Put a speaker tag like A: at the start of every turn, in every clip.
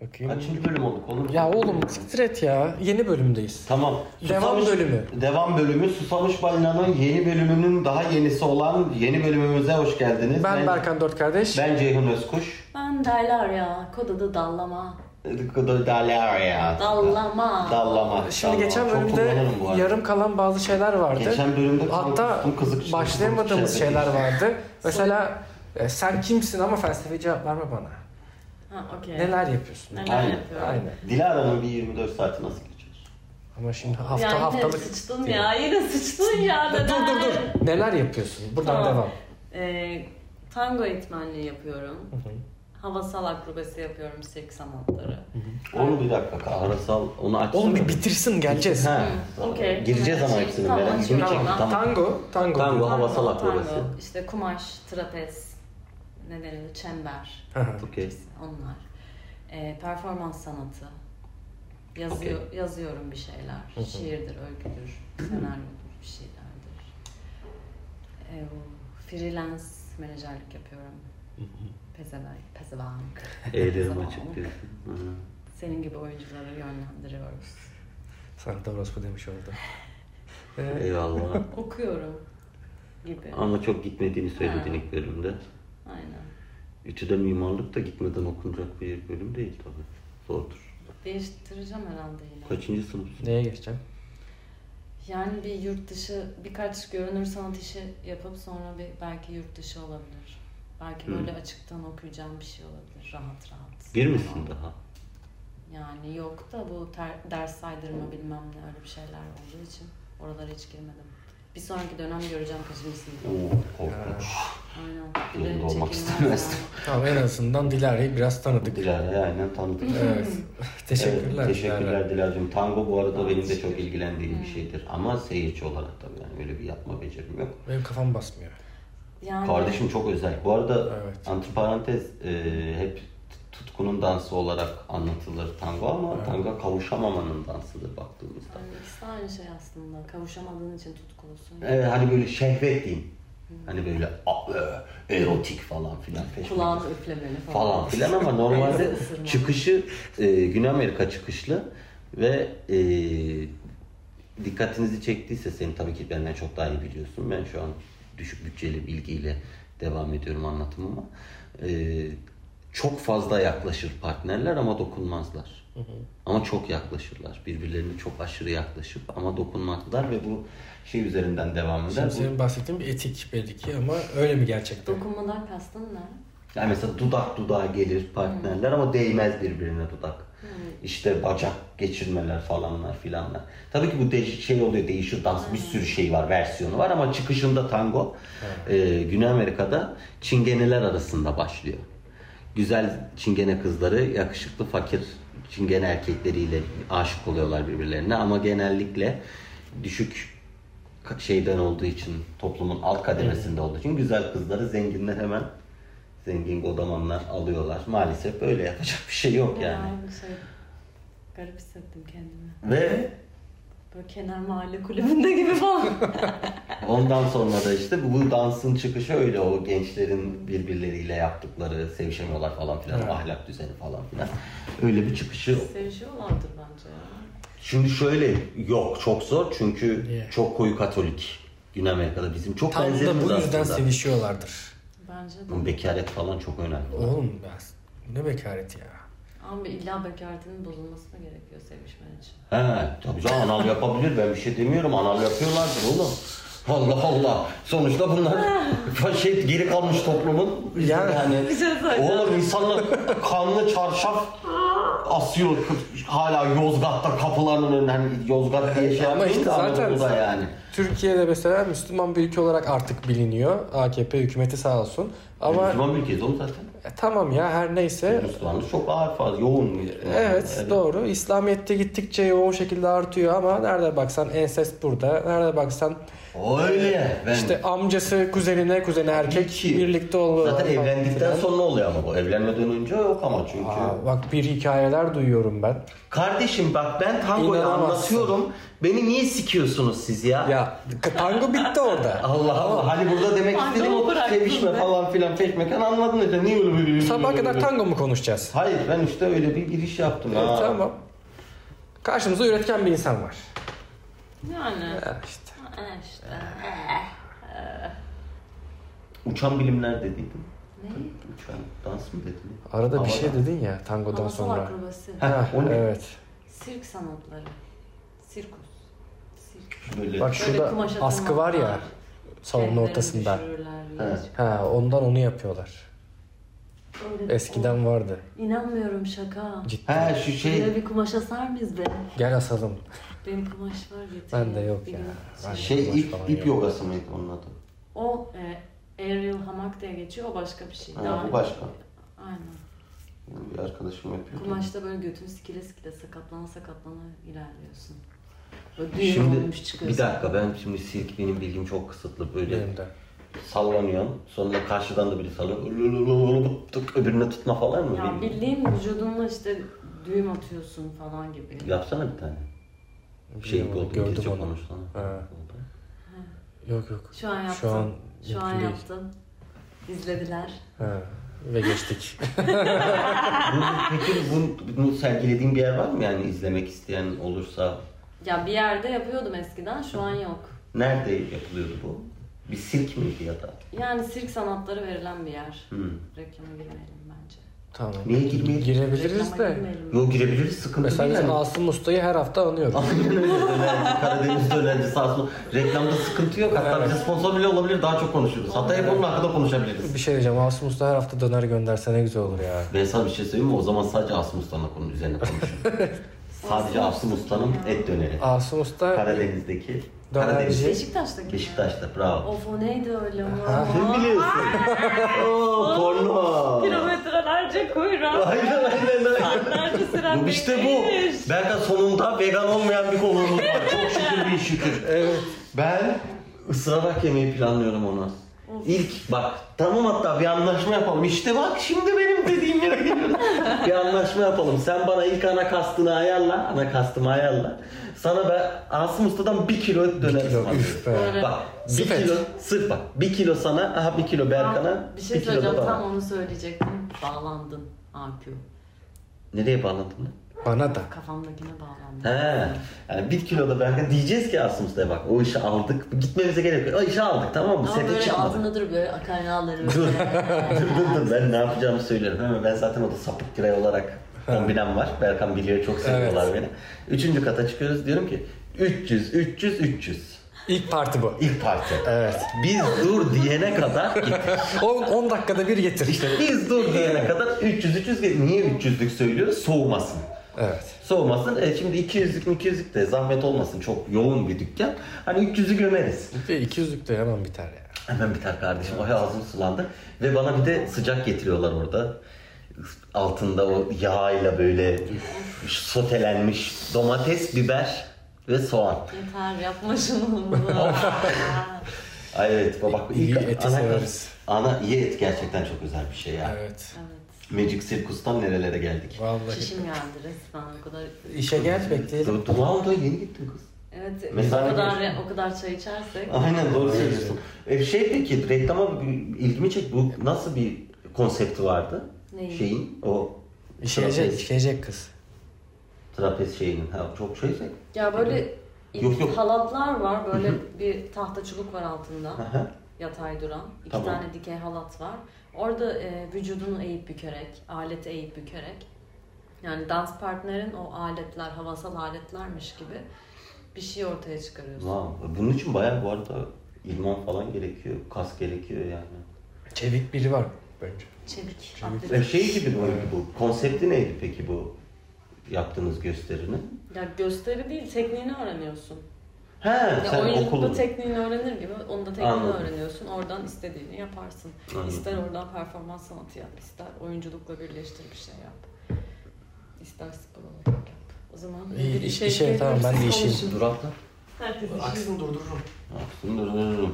A: Bakayım.
B: Kaçıncı bölüm olduk oğlum?
A: Ya oğlum siktir et ya. Yeni bölümdeyiz.
B: Tamam.
A: Devam bölümü.
B: Devam bölümü Susamış Balina'nın yeni bölümünün daha yenisi olan yeni bölümümüze hoş geldiniz.
A: Ben Berkan Dört Kardeş.
B: Ben Ceyhun Özkuş.
C: Ben Daylar ya. Kod adı Dallama.
B: Dallama.
C: Dallama.
B: Dallama.
A: Şimdi geçen
B: Çok
A: bölümde
B: kullanırım bu arada.
A: yarım kalan bazı şeyler vardı.
B: Geçen bölümde
A: Hatta
B: kalktım, kızık-
A: başlayamadığımız
B: kızık-
A: şeyler vardı. Mesela e, sen kimsin ama felsefi cevap verme bana.
C: Ha okey.
A: Neler yapıyorsun?
C: Neler
B: Aynen.
C: yapıyorum?
A: Aynen.
B: Dilara'nın bir 24 saati nasıl geçiyor?
A: Ama şimdi hafta
C: yani
A: haftalık.
C: sıçtın ya. Yine sıçtın ya.
A: Dur
C: neden?
A: dur dur. Neler yapıyorsun? Buradan
C: Tamam.
A: devam.
C: Ee, tango eğitmenliği yapıyorum.
A: Hı hı.
C: Havasal akrobasi yapıyorum seks sanatları.
B: Onu bir dakika kahrasal onu açsana.
A: Oğlum bir bitirsin geleceğiz.
B: Ha.
C: Hı, okey.
B: Gireceğiz ama hepsini.
C: Tamam,
B: merak-
C: açıyorum.
B: Bunu çek,
C: Tamam.
A: Tango, tango.
B: Tango. havasal
C: Tango,
B: akrobasi.
C: tango, İşte kumaş, trapez, ne denir, çember.
A: Hı hı.
B: Okey.
C: Onlar. Ee, performans sanatı. Yazıyor, Yazıyorum bir
A: Hı hı.
C: şeyler. Şiirdir, öyküdür, senaryodur, bir şeylerdir. Ee, freelance menajerlik yapıyorum. Pezevenk, pezevenk.
B: Eğlerim
C: Pezevenk.
B: açık diyorsun. Hı.
C: Senin gibi oyuncuları yönlendiriyoruz.
A: Sana da orospu demiş oldu. Ee,
B: Eyvallah.
C: Okuyorum gibi.
B: Ama çok gitmediğini söyledin
C: Ha.
B: ilk bölümde.
C: Aynen.
B: İTÜ'de mimarlık da gitmeden okunacak bir bölüm değil tabii. Zordur.
C: Değiştireceğim herhalde yine.
B: Kaçıncı sınıfsın?
A: neye geçeceğim?
C: Yani bir yurt dışı birkaç görünür sanat işi yapıp sonra bir belki yurt dışı olabilir. Belki
B: Hmm.
C: böyle açıktan okuyacağım bir şey olabilir rahat rahat.
B: Bir misin daha?
C: Yani yok da bu ter- ders saydırma bilmem ne öyle bir şeyler olduğu için oralara hiç girmedim. Bir sonraki dönem göreceğim kaçıncı sınıf.
B: Oo korkunç.
C: Aynen. Bir
B: Yanında
C: de
B: olmak
C: çekimler var.
B: istemezdim.
A: Tamam en azından Dilara'yı biraz tanıdık.
B: Dilara'yı aynen tanıdık.
A: Evet. Teşekkürler.
B: Evet, teşekkürler
A: Dilara.
B: Dilara'cığım. Tango bu arada benim de çok ilgilendiğim bir şeydir. Ama seyirci olarak tabii yani öyle bir yapma becerim yok.
A: Benim kafam basmıyor.
C: Yani
B: Kardeşim çok özel. Bu arada
A: Evet.
B: antiparantez e, hep tutkunun dansı olarak anlatılır tango ama tango kavuşamamanın dansıdır baktığımızda.
C: yani ikisi de aynı şey aslında. Kavuşamadığın için tutkulusun.
B: Evet, hani böyle şehvet diyeyim. Hani böyle a- e, erotik falan filan peşme
C: Kulağını üflemeli falan.
B: falan filan ama normalde
C: Isırma.
B: çıkışı e, Güney Amerika çıkışlı ve e, dikkatinizi çektiyse senin tabii ki benden çok daha iyi biliyorsun. Ben şu an düşük bütçeli bilgiyle devam ediyorum anlatımıma. E, çok fazla yaklaşır partnerler ama dokunmazlar. Ama çok yaklaşırlar. Birbirlerine çok aşırı yaklaşıp ama dokunmazlar ve bu şey üzerinden devam eder.
A: Şimdi
B: Bu-
A: senin bahsettiğin bir etik belli ki ama öyle mi gerçekten?
C: Dokunmadan kastın ne?
B: Yani mesela dudak dudağa gelir partnerler ama değmez birbirine dudak. İşte bacak geçirmeler falanlar filanlar. Tabii ki bu değişik şey oluyor değişir dans bir sürü şey var versiyonu var ama çıkışında tango e, Güney Amerika'da çingeneler arasında başlıyor. Güzel çingene kızları yakışıklı fakir çingene erkekleriyle aşık oluyorlar birbirlerine ama genellikle düşük ka- şeyden olduğu için toplumun alt kademesinde olduğu için güzel kızları zenginler hemen zengin godamanlar alıyorlar. Maalesef böyle yapacak bir şey yok yani.
C: Ya, şey, garip hissettim kendimi.
B: Ve
C: Böyle kenar mahalle kulübünde gibi falan.
B: ondan sonra da işte bu dansın çıkışı öyle o gençlerin birbirleriyle yaptıkları sevişemiyorlar falan filan ahlak düzeni falan filan. Öyle bir çıkışı
C: Sevişiyorlardır bence ya.
B: Şimdi şöyle yok çok zor çünkü
A: Niye?
B: çok koyu Katolik Güney Amerika'da bizim çok
A: Tam da
B: benzerimiz
A: bu yüzden
B: aslında.
A: sevişiyorlardır.
C: Bence de.
B: Bu Bekaret falan çok önemli.
A: Oğlum ben ne bekaret ya.
C: Ama illa bekaretinin bozulması mı gerekiyor sevişmen için?
B: He tabii canım anal yapabilir ben bir şey demiyorum anal yapıyorlardır oğlum. Allah Allah. Sonuçta bunlar şey geri kalmış toplumun
A: Yani-
B: yani
C: Bir şey söyleyeceğim.
B: oğlum insanlar kanlı çarşaf asıyor hala Yozgat'ta kapılarının hani önünden Yozgat diye şey
A: Ama
B: yapmış
A: işte
B: da
A: zaten
B: Anadolu'da yani.
A: Türkiye'de mesela Müslüman bir ülke olarak artık biliniyor. AKP hükümeti sağ olsun. Ama
B: Müslüman bir ülkeyiz oğlum
A: E,
B: zaten.
A: tamam ya her neyse.
B: Müslümanlık çok ağır faz, yoğun. bir-
A: Evet doğru. İslamiyet'te gittikçe yoğun şekilde artıyor ama nerede baksan ensest burada. Nerede baksan
B: Öyle. Ben
A: işte amcası kuzenine kuzeni erkek
B: Ki-
A: birlikte oluyorlar.
B: Zaten
A: falan
B: evlendikten
A: filan.
B: sonra oluyor ama bu. Evlenmeden önce yok ama çünkü.
A: Aa, bak bir hikayeler duyuyorum ben.
B: Kardeşim bak ben tangoyu
A: İnanamazsın.
B: anlatıyorum. Beni niye sikiyorsunuz siz ya?
A: Ya k- tango bitti orada.
B: Allah Allah. Hani burada demek
C: Tango
B: istediğim o
C: bıraktın
B: sevişme
C: be.
B: falan filan pek mekan anladın işte. Niye öyle
A: Sabaha kadar tango mu konuşacağız?
B: Hayır ben işte öyle bir giriş yaptım.
A: Evet,
B: Ha.
A: tamam. Karşımızda üretken bir insan var.
C: Yani.
A: Ya işte.
C: Ha, işte.
B: Uçan bilimler dediydin.
C: Ne?
B: Uçan dans mı dedin?
A: Arada bir
B: Havada.
A: şey dedin ya tangodan
C: Havasal
A: sonra.
C: akrobasi.
A: Ha,
B: o ne?
A: evet.
C: Sirk sanatları. Sirkus. Sirk.
B: Böyle.
A: Bak
C: Böyle
A: şurada
C: kumaş
A: askı var ya
C: atamalar,
A: salonun
C: kendilerini
A: ortasında.
C: düşürürler,
B: Ha.
C: yiyecek.
A: Ha, ondan onu yapıyorlar.
C: Öyle de-
A: Eskiden vardı.
C: İnanmıyorum şaka.
A: Ciddi.
B: Ha şu şey
C: Şöyle bir kumaş asar mıyız be?
A: Gel asalım.
C: Benim kumaş var getireyim.
A: Ben de yok
C: Bir
A: ya.
C: gün.
A: Ben-
B: şey
A: Kumaş
B: ip,
A: falan
B: ip
A: yok.
B: yogası mıydı onun adı?
C: O e, aerial hamak diye geçiyor. O başka bir şey.
B: Ha,
C: Daha-
B: bu başka.
C: Aynen.
B: Benim Bir arkadaşım yapıyor.
C: Kumaşta böyle götünü sikile sikile sakatlana sakatlana ilerliyorsun. Böyle düğüm olmuş çıkıyorsun.
B: bir dakika ben şimdi sirk benim bilgim çok kısıtlı böyle
A: Benim de.
B: sallanıyorsun sonra karşıdan da biri sallanıyor Tık, öbürüne tutma falan mı?
C: Ya
B: Benim-
C: bildiğin vücudunla işte düğüm atıyorsun falan gibi.
B: Yapsana bir tane. Şey
A: Bilmiyorum,
B: oldu,
A: gördüm
B: İngilizce
A: onu.
B: konuşsana.
A: Ha. Yok yok.
C: Şu an yaptın.
A: Şu an
C: Şu an
A: mümkün değil.
C: yaptın. İzlediler.
A: Ha. Ve geçtik.
B: Peki bunu, bunu sergilediğin bir yer var mı yani izlemek isteyen olursa?
C: Ya bir yerde yapıyordum eskiden şu an yok.
B: Nerede yapılıyordu bu? Bir sirk miydi ya da?
C: Yani sirk sanatları verilen bir yer.
B: Hmm.
C: Reklama girmeyelim bence.
A: tamam.
B: Niye girmeyelim?
A: Girebiliriz
C: Reklama
A: de.
C: girmeyelim.
B: Yo girebiliriz sıkıntı
A: Mesela
B: değil
A: bizim
B: yani.
A: Asım Usta'yı her hafta anıyoruz.
B: Aynen öyle dönerci, Karadeniz dönerci sağ olsun. Reklamda sıkıntı yok. Hatta bize sponsor bile olabilir daha çok konuşuruz. Hatta hep onun hakkında konuşabiliriz.
A: Bir şey diyeceğim. Asım Usta her hafta döner gönderse ne güzel olur ya.
B: Ben sana bir şey söyleyeyim mi? O zaman sadece Asım Usta'nın konu üzerine konuşuruz. sadece Asım Usta'nın et döneri.
A: Asım Usta
B: Karadeniz'deki.
A: Dönerci.
B: Karadeniz.
C: Beşiktaş'taki mi?
B: Beşiktaş'ta bravo.
C: Of o neydi öyle ama.
B: Sen biliyorsun. Oo porno.
C: Kilometrelerce kuyruğa.
B: Aynen aynen aynen.
C: Nerede sıra
B: Bu işte bu.
C: beklemiş.
B: Belki sonunda vegan olmayan bir konuğumuz var. Çok şükür bir şükür. Evet. Ben ısırarak yemeyi planlıyorum ona. İlk bak tamam hatta bir anlaşma yapalım. İşte bak şimdi benim dediğim yere geliyoruz. bir anlaşma yapalım. Sen bana ilk ana kastını ayarla. Ana kastımı ayarla. Sana ben Asım Usta'dan bir kilo et döner
A: Bir kilo,
B: ısmarlıyorum.
A: üf be.
C: Böyle.
B: Bak bir
A: Sırf et.
B: kilo sırf bak bir kilo sana aha bir kilo Berkan'a
C: Bir şey
B: bir kilo da
C: söyleyeceğim tam
B: bana.
C: onu söyleyecektim. Bağlandın AQ.
B: Nereye bağladın lan?
A: bana da.
C: Kafamdakine bağlandın.
B: He. Yani bir kilo da Berkan diyeceğiz ki Asım Usta'ya bak o işi aldık. Gitmemize gerek yok. O işi aldık tamam mı?
C: Ama
B: Sen hiç
C: böyle
B: almadık.
C: altında dur böyle akan yağları
B: Dur.
C: böyle.
B: dur dur dur ben ne yapacağımı söylerim. Hemen ben zaten orada sapık kirey olarak kombinem var. Berkan biliyor çok seviyorlar beni. Üçüncü kata çıkıyoruz diyorum ki 300 300 300.
A: İlk parti bu.
B: İlk parti.
A: Evet.
B: Biz dur diyene kadar git.
A: 10 dakikada bir getir.
B: İşte biz dur diyene kadar 300 300 gel- niye 300'lük söylüyoruz? Soğumasın.
A: Evet.
B: Soğumasın. E şimdi 200'lük 200'lük de zahmet olmasın. Çok yoğun bir dükkan. Hani 300'ü gömeriz.
A: Bir 200'lük de hemen biter ya.
B: Hemen biter kardeşim. Oy ağzım sulandı. Ve bana bir de sıcak getiriyorlar orada. Altında o yağıyla böyle sotelenmiş domates, biber ve soğan.
C: Yeter yapma şunu.
B: Ay evet baba.
A: İyi
B: ilk
A: eti
B: ana,
A: severiz.
B: Ana iyi et gerçekten çok özel bir şey ya.
A: Evet.
C: evet.
B: Magic Circus'tan nerelere geldik.
A: Vallahi.
C: Şişim geldi resmen o kadar.
A: İşe gel bekleyelim.
B: Dur, dur, lan dur, yeni gittin kız.
C: Evet
B: Mesela-
C: o kadar o kadar çay içersek.
B: Aynen doğru söylüyorsun. E şey peki reklama ilgimi çek bu nasıl bir konsepti vardı?
C: Neyin?
B: Şeyin o
A: İşeyecek,
B: trapez,
A: işeyecek kız.
B: trapez şeyinin ha çok şey şeyse.
C: Ya böyle
B: Yok, yok.
C: halatlar var böyle bir tahta çubuk var altında.
B: Aha.
C: yatay duran. iki
B: Tamam.
C: tane dikey halat var. Orada e, vücudunu eğip bükerek, aleti eğip bükerek yani dans partnerin o aletler, havasal aletlermiş gibi bir şey ortaya çıkarıyorsun.
B: Lan, bunun için bayağı bu arada ilman falan gerekiyor, kas gerekiyor yani.
A: Çevik biri var bence.
C: Çevik.
B: E
C: atlet.
B: şey gibi miydi bu? Konsepti neydi peki bu yaptığınız gösterinin?
C: Ya gösteri değil, tekniğini öğreniyorsun.
B: He,
C: Ya
B: sen
C: oyunculukta
B: okulun.
C: tekniğini öğrenir gibi onu da tekniğini
B: Anladım.
C: öğreniyorsun. Oradan istediğini yaparsın.
B: Anladım.
C: İster oradan performans sanatı yap, ister oyunculukla birleştir bir şey yap. İster spor olarak yap. O zaman
A: İyi,
C: bir şey
A: işe- tamam, ben de
C: siz
A: işeyim.
C: konuşun.
B: Durakta.
C: Herkes
A: Aksini durdururum.
B: Aksın dur dur dur.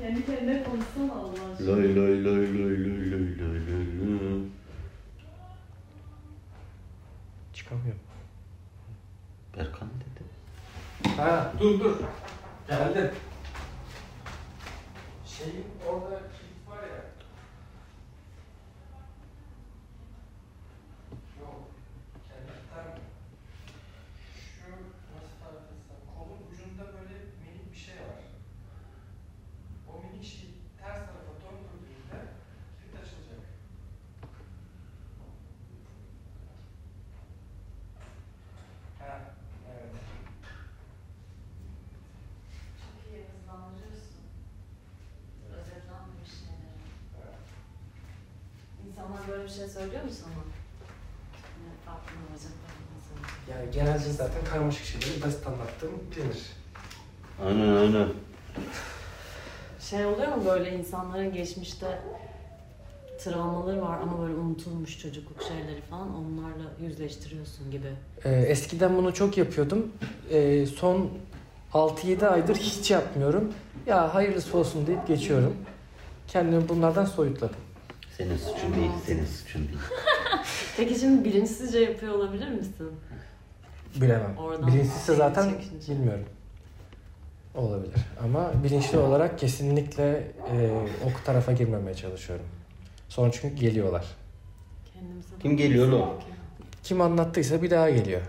C: Kendi kendine konuşsana Allah aşkına.
B: Loy loy loy loy loy loy loy loy loy.
A: Çıkamıyorum.
B: Berkan dedi.
A: Ha dur dur. Geldim. Şey, Şeyin orada kilit var ya.
C: Biraz böyle bir şey söylüyor mu sana? Ne aklına olacak nasıl?
A: Yani genelde zaten karmaşık şeyleri basit anlattığım bilinir.
B: Aynen aynen.
C: Şey oluyor mu böyle insanların geçmişte travmaları var ama böyle unutulmuş çocukluk şeyleri falan onlarla yüzleştiriyorsun gibi.
A: Ee, eskiden bunu çok yapıyordum. Ee, son 6-7 aydır hiç yapmıyorum. Ya hayırlısı olsun deyip geçiyorum. Kendimi bunlardan soyutladım.
B: Senin suçun değil, senin suçun değil.
C: Peki şimdi bilinçsizce yapıyor olabilir misin?
A: Bilemem.
C: Oradan
A: Bilinçsizse zaten
C: çekince.
A: bilmiyorum. Olabilir. Ama bilinçli olarak kesinlikle e, o tarafa girmemeye çalışıyorum. Sonra çünkü geliyorlar.
C: Kendimize
B: Kim geliyor
C: bakıyoruz
B: oğlum?
C: belki.
A: Kim anlattıysa bir daha geliyor.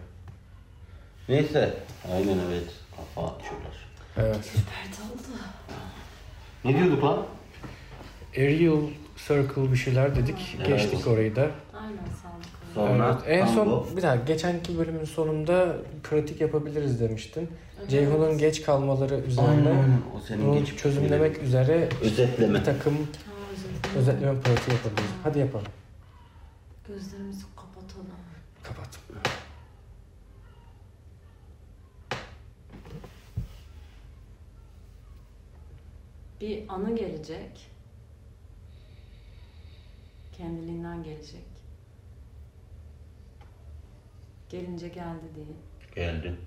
B: Neyse. Aynen evet. Kafa atıyorlar.
A: Evet.
C: Dert oldu.
B: Ne diyorduk lan?
A: Aerial Circle bir şeyler dedik.
B: Evet.
A: Geçtik orayı da.
C: Aynen sağlık.
B: Sağ- Sonra
A: Evet, En son
B: tango.
A: bir daha geçenki bölümün sonunda pratik yapabiliriz demiştin.
C: Evet.
A: Ceyhun'un geç kalmaları üzerine
B: Aynen. O senin
A: bunu
B: geçmiş
A: çözümlemek üzere bir
B: Özetleme.
A: takım
C: Ha, özür dilerim.
A: özetleme pratiği yapabiliriz. Hadi yapalım.
C: Gözlerimizi kapatalım.
A: Kapat.
C: Bir anı gelecek. Kendiliğinden gelecek. Gelince geldi diye.
B: Geldi.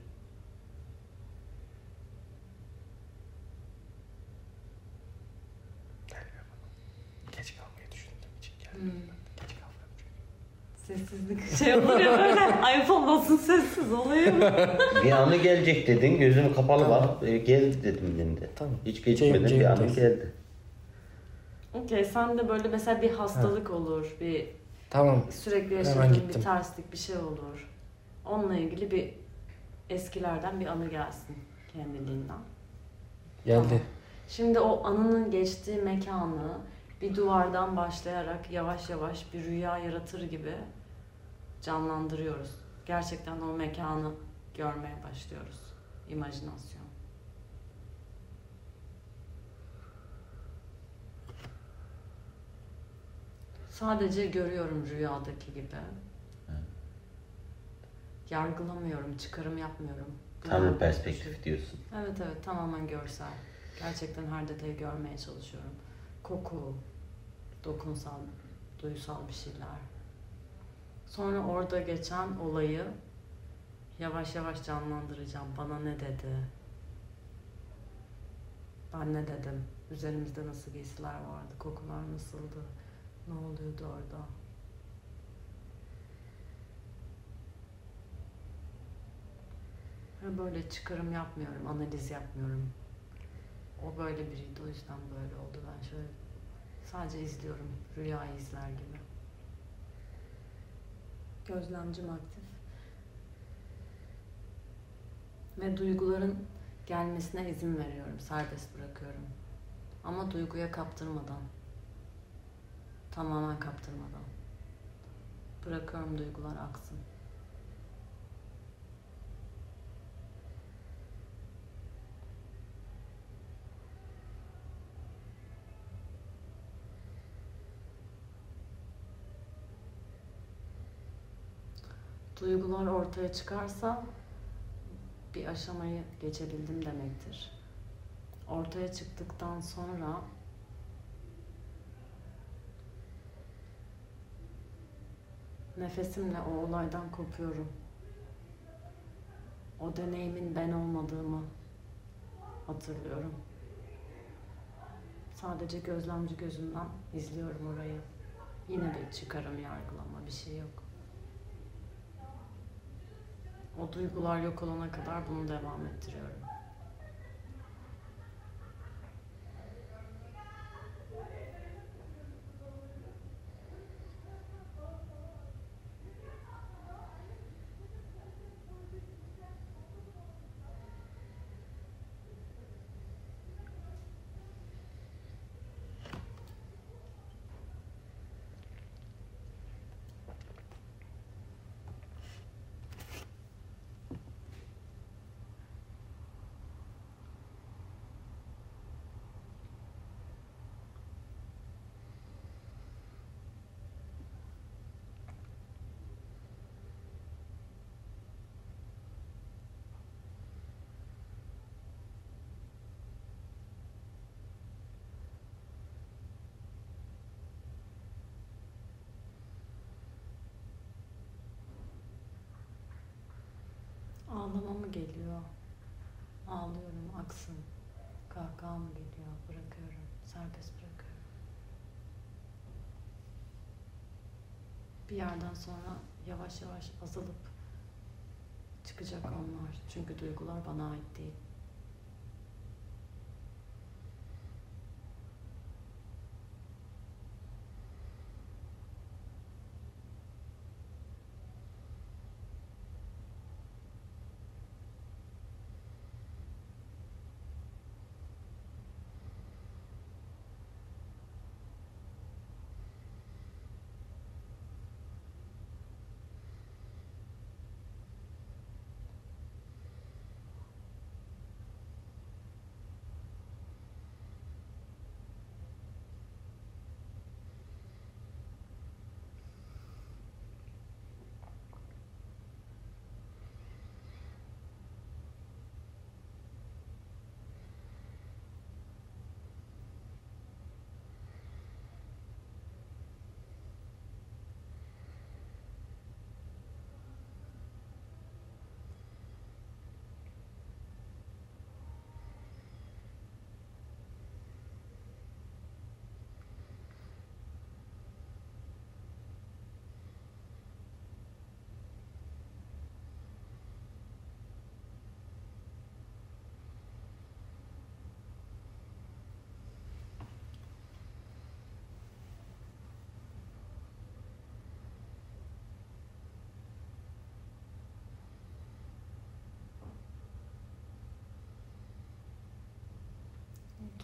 A: Geç kalmayı düşündüğüm için geldim. Geç kaldım.
C: Sessizlik şey olur ya böyle. Ayıp olmasın sessiz olayım.
B: bir anı gelecek dedin. Gözüm kapalı
A: Tamam.
B: bak. E, Gel dedim şimdi.
A: Tamam.
B: Hiç geçmeden
A: Cem-
B: bir anı
A: Cem'deyiz.
B: geldi.
C: Okey sen de böyle mesela bir hastalık olur. Bir
A: Tamam.
C: sürekli
A: Hemen
C: yaşadığın
A: gittim.
C: bir terslik bir şey olur. Onunla ilgili bir eskilerden bir anı gelsin kendiliğinden.
A: Geldi.
C: Şimdi o anının geçtiği mekanı bir duvardan başlayarak yavaş yavaş bir rüya yaratır gibi canlandırıyoruz. Gerçekten o mekanı görmeye başlıyoruz. İmajinasyon. Sadece görüyorum rüyadaki gibi. Yargılamıyorum, çıkarım yapmıyorum.
B: Tanrı
C: Görüyorum.
B: perspektif diyorsun.
C: Evet evet tamamen görsel. Gerçekten her detayı görmeye çalışıyorum. Koku, dokunsal, duysal bir şeyler. Sonra orada geçen olayı yavaş yavaş canlandıracağım. Bana ne dedi? Ben ne dedim? Üzerimizde nasıl giysiler vardı? Kokular nasıldı? Ne oluyordu orada? Ha, Böyle çıkarım yapmıyorum, analiz yapmıyorum. O böyle biriydi, o yüzden böyle oldu. Ben şöyle sadece izliyorum, rüyayı izler gibi. Gözlemcim aktif. Ve duyguların gelmesine izin veriyorum, serbest bırakıyorum. Ama duyguya kaptırmadan, tamamen kaptırmadan. Bırakıyorum duygular aksın. duygular ortaya çıkarsa bir aşamayı geçebildim demektir. Ortaya çıktıktan sonra nefesimle o olaydan kopuyorum. O deneyimin ben olmadığımı hatırlıyorum. Sadece gözlemci gözümden izliyorum orayı. Yine bir çıkarım yargılama bir şey yok. O duygular yok olana kadar bunu devam ettiriyorum. Ağlama mı geliyor? Ağlıyorum aksın. Kahkaha mı geliyor? Bırakıyorum. Serbest bırakıyorum. Bir yerden sonra yavaş yavaş azalıp çıkacak onlar. Çünkü duygular bana ait değil.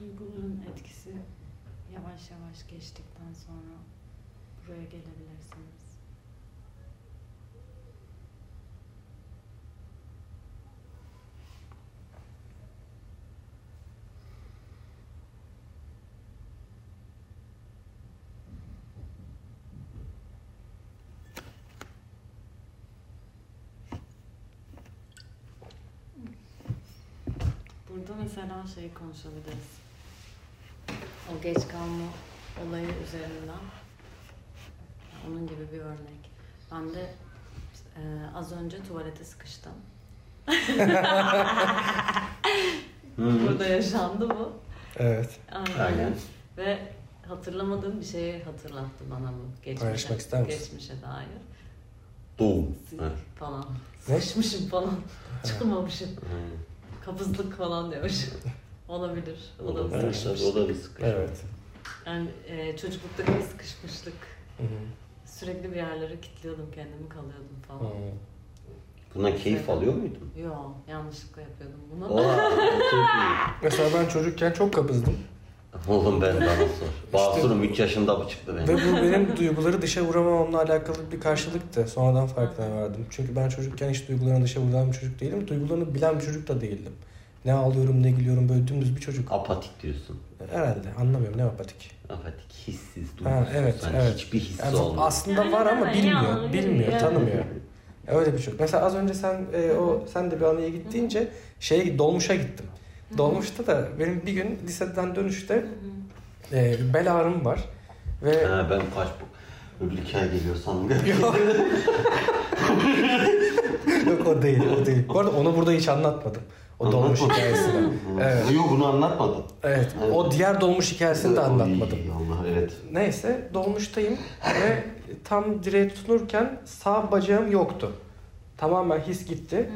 C: Duyguların etkisi yavaş yavaş geçtikten sonra buraya gelebilirsiniz. Burada mesela şey konuşabiliriz. O geç kalma olayı üzerinden. Onun gibi bir örnek. Ben de e, az önce tuvalete sıkıştım. Burada yaşandı bu.
A: Evet.
B: Aynen.
C: Ve hatırlamadığım bir şeyi hatırlattı bana bu. Geçmişe,
A: Paylaşmak ister misin?
C: Geçmişe dair.
B: Doğum.
C: Sinir
B: Evet.
C: falan.
A: Ne?
C: Sıkışmışım falan. Çıkamamışım.
B: Aynen.
C: Kabızlık falan demiş. Olabilir. O da bir
B: Olabilir. O
C: sıkışmışlık.
B: da bir sıkışma.
A: Evet.
C: Yani e, çocukluktaki bir sıkışmışlık.
A: Hı hı.
C: Sürekli bir yerlere kilitliyordum kendimi kalıyordum
A: Hı.
C: falan.
B: Buna keyif alıyor muydun?
C: Yo yanlışlıkla yapıyordum bunu.
B: Oha, çok iyi.
A: Mesela ben çocukken çok kabızdım.
B: Oğlum ben bana sor. Basurum 3 yaşında bu çıktı
A: Ve
B: benim.
A: bu benim duyguları dışa vuramamamla alakalı bir karşılıktı. Sonradan farkına vardım. Çünkü ben çocukken hiç duygularını dışa vuran bir çocuk değilim. Duygularını bilen bir çocuk da değildim. Ne ağlıyorum ne gülüyorum böyle dümdüz bir çocuk.
B: Apatik diyorsun.
A: Herhalde anlamıyorum ne apatik.
B: Apatik hissiz duygusuz.
A: Ha, evet
B: Yani
A: evet.
B: Hiçbir hissi
A: Yani
B: olmuyor.
A: Aslında var ama
C: Ya,
A: bilmiyor. Bilmiyor
C: ya.
A: tanımıyor. Ya Öyle bir çocuk. Mesela az önce sen e, o sen de bir anıya gittiğince şeye dolmuşa gittim. Dolmuşta da benim bir gün liseden dönüşte e, bel ağrım var. Ve
B: Ha, ben kaç bu. Öbür hikaye geliyor sandım.
A: Yok o değil, o değil. Bu arada onu burada hiç anlatmadım. O dolmuş
B: Anlatmadın.
A: hikayesini. Evet.
B: Yok bunu anlatmadın.
A: Evet, o diğer dolmuş hikayesini de
B: Oy,
A: anlatmadım.
B: Allah evet.
A: Neyse, dolmuştayım ve tam direğe tutunurken sağ bacağım yoktu. Tamamen his gitti.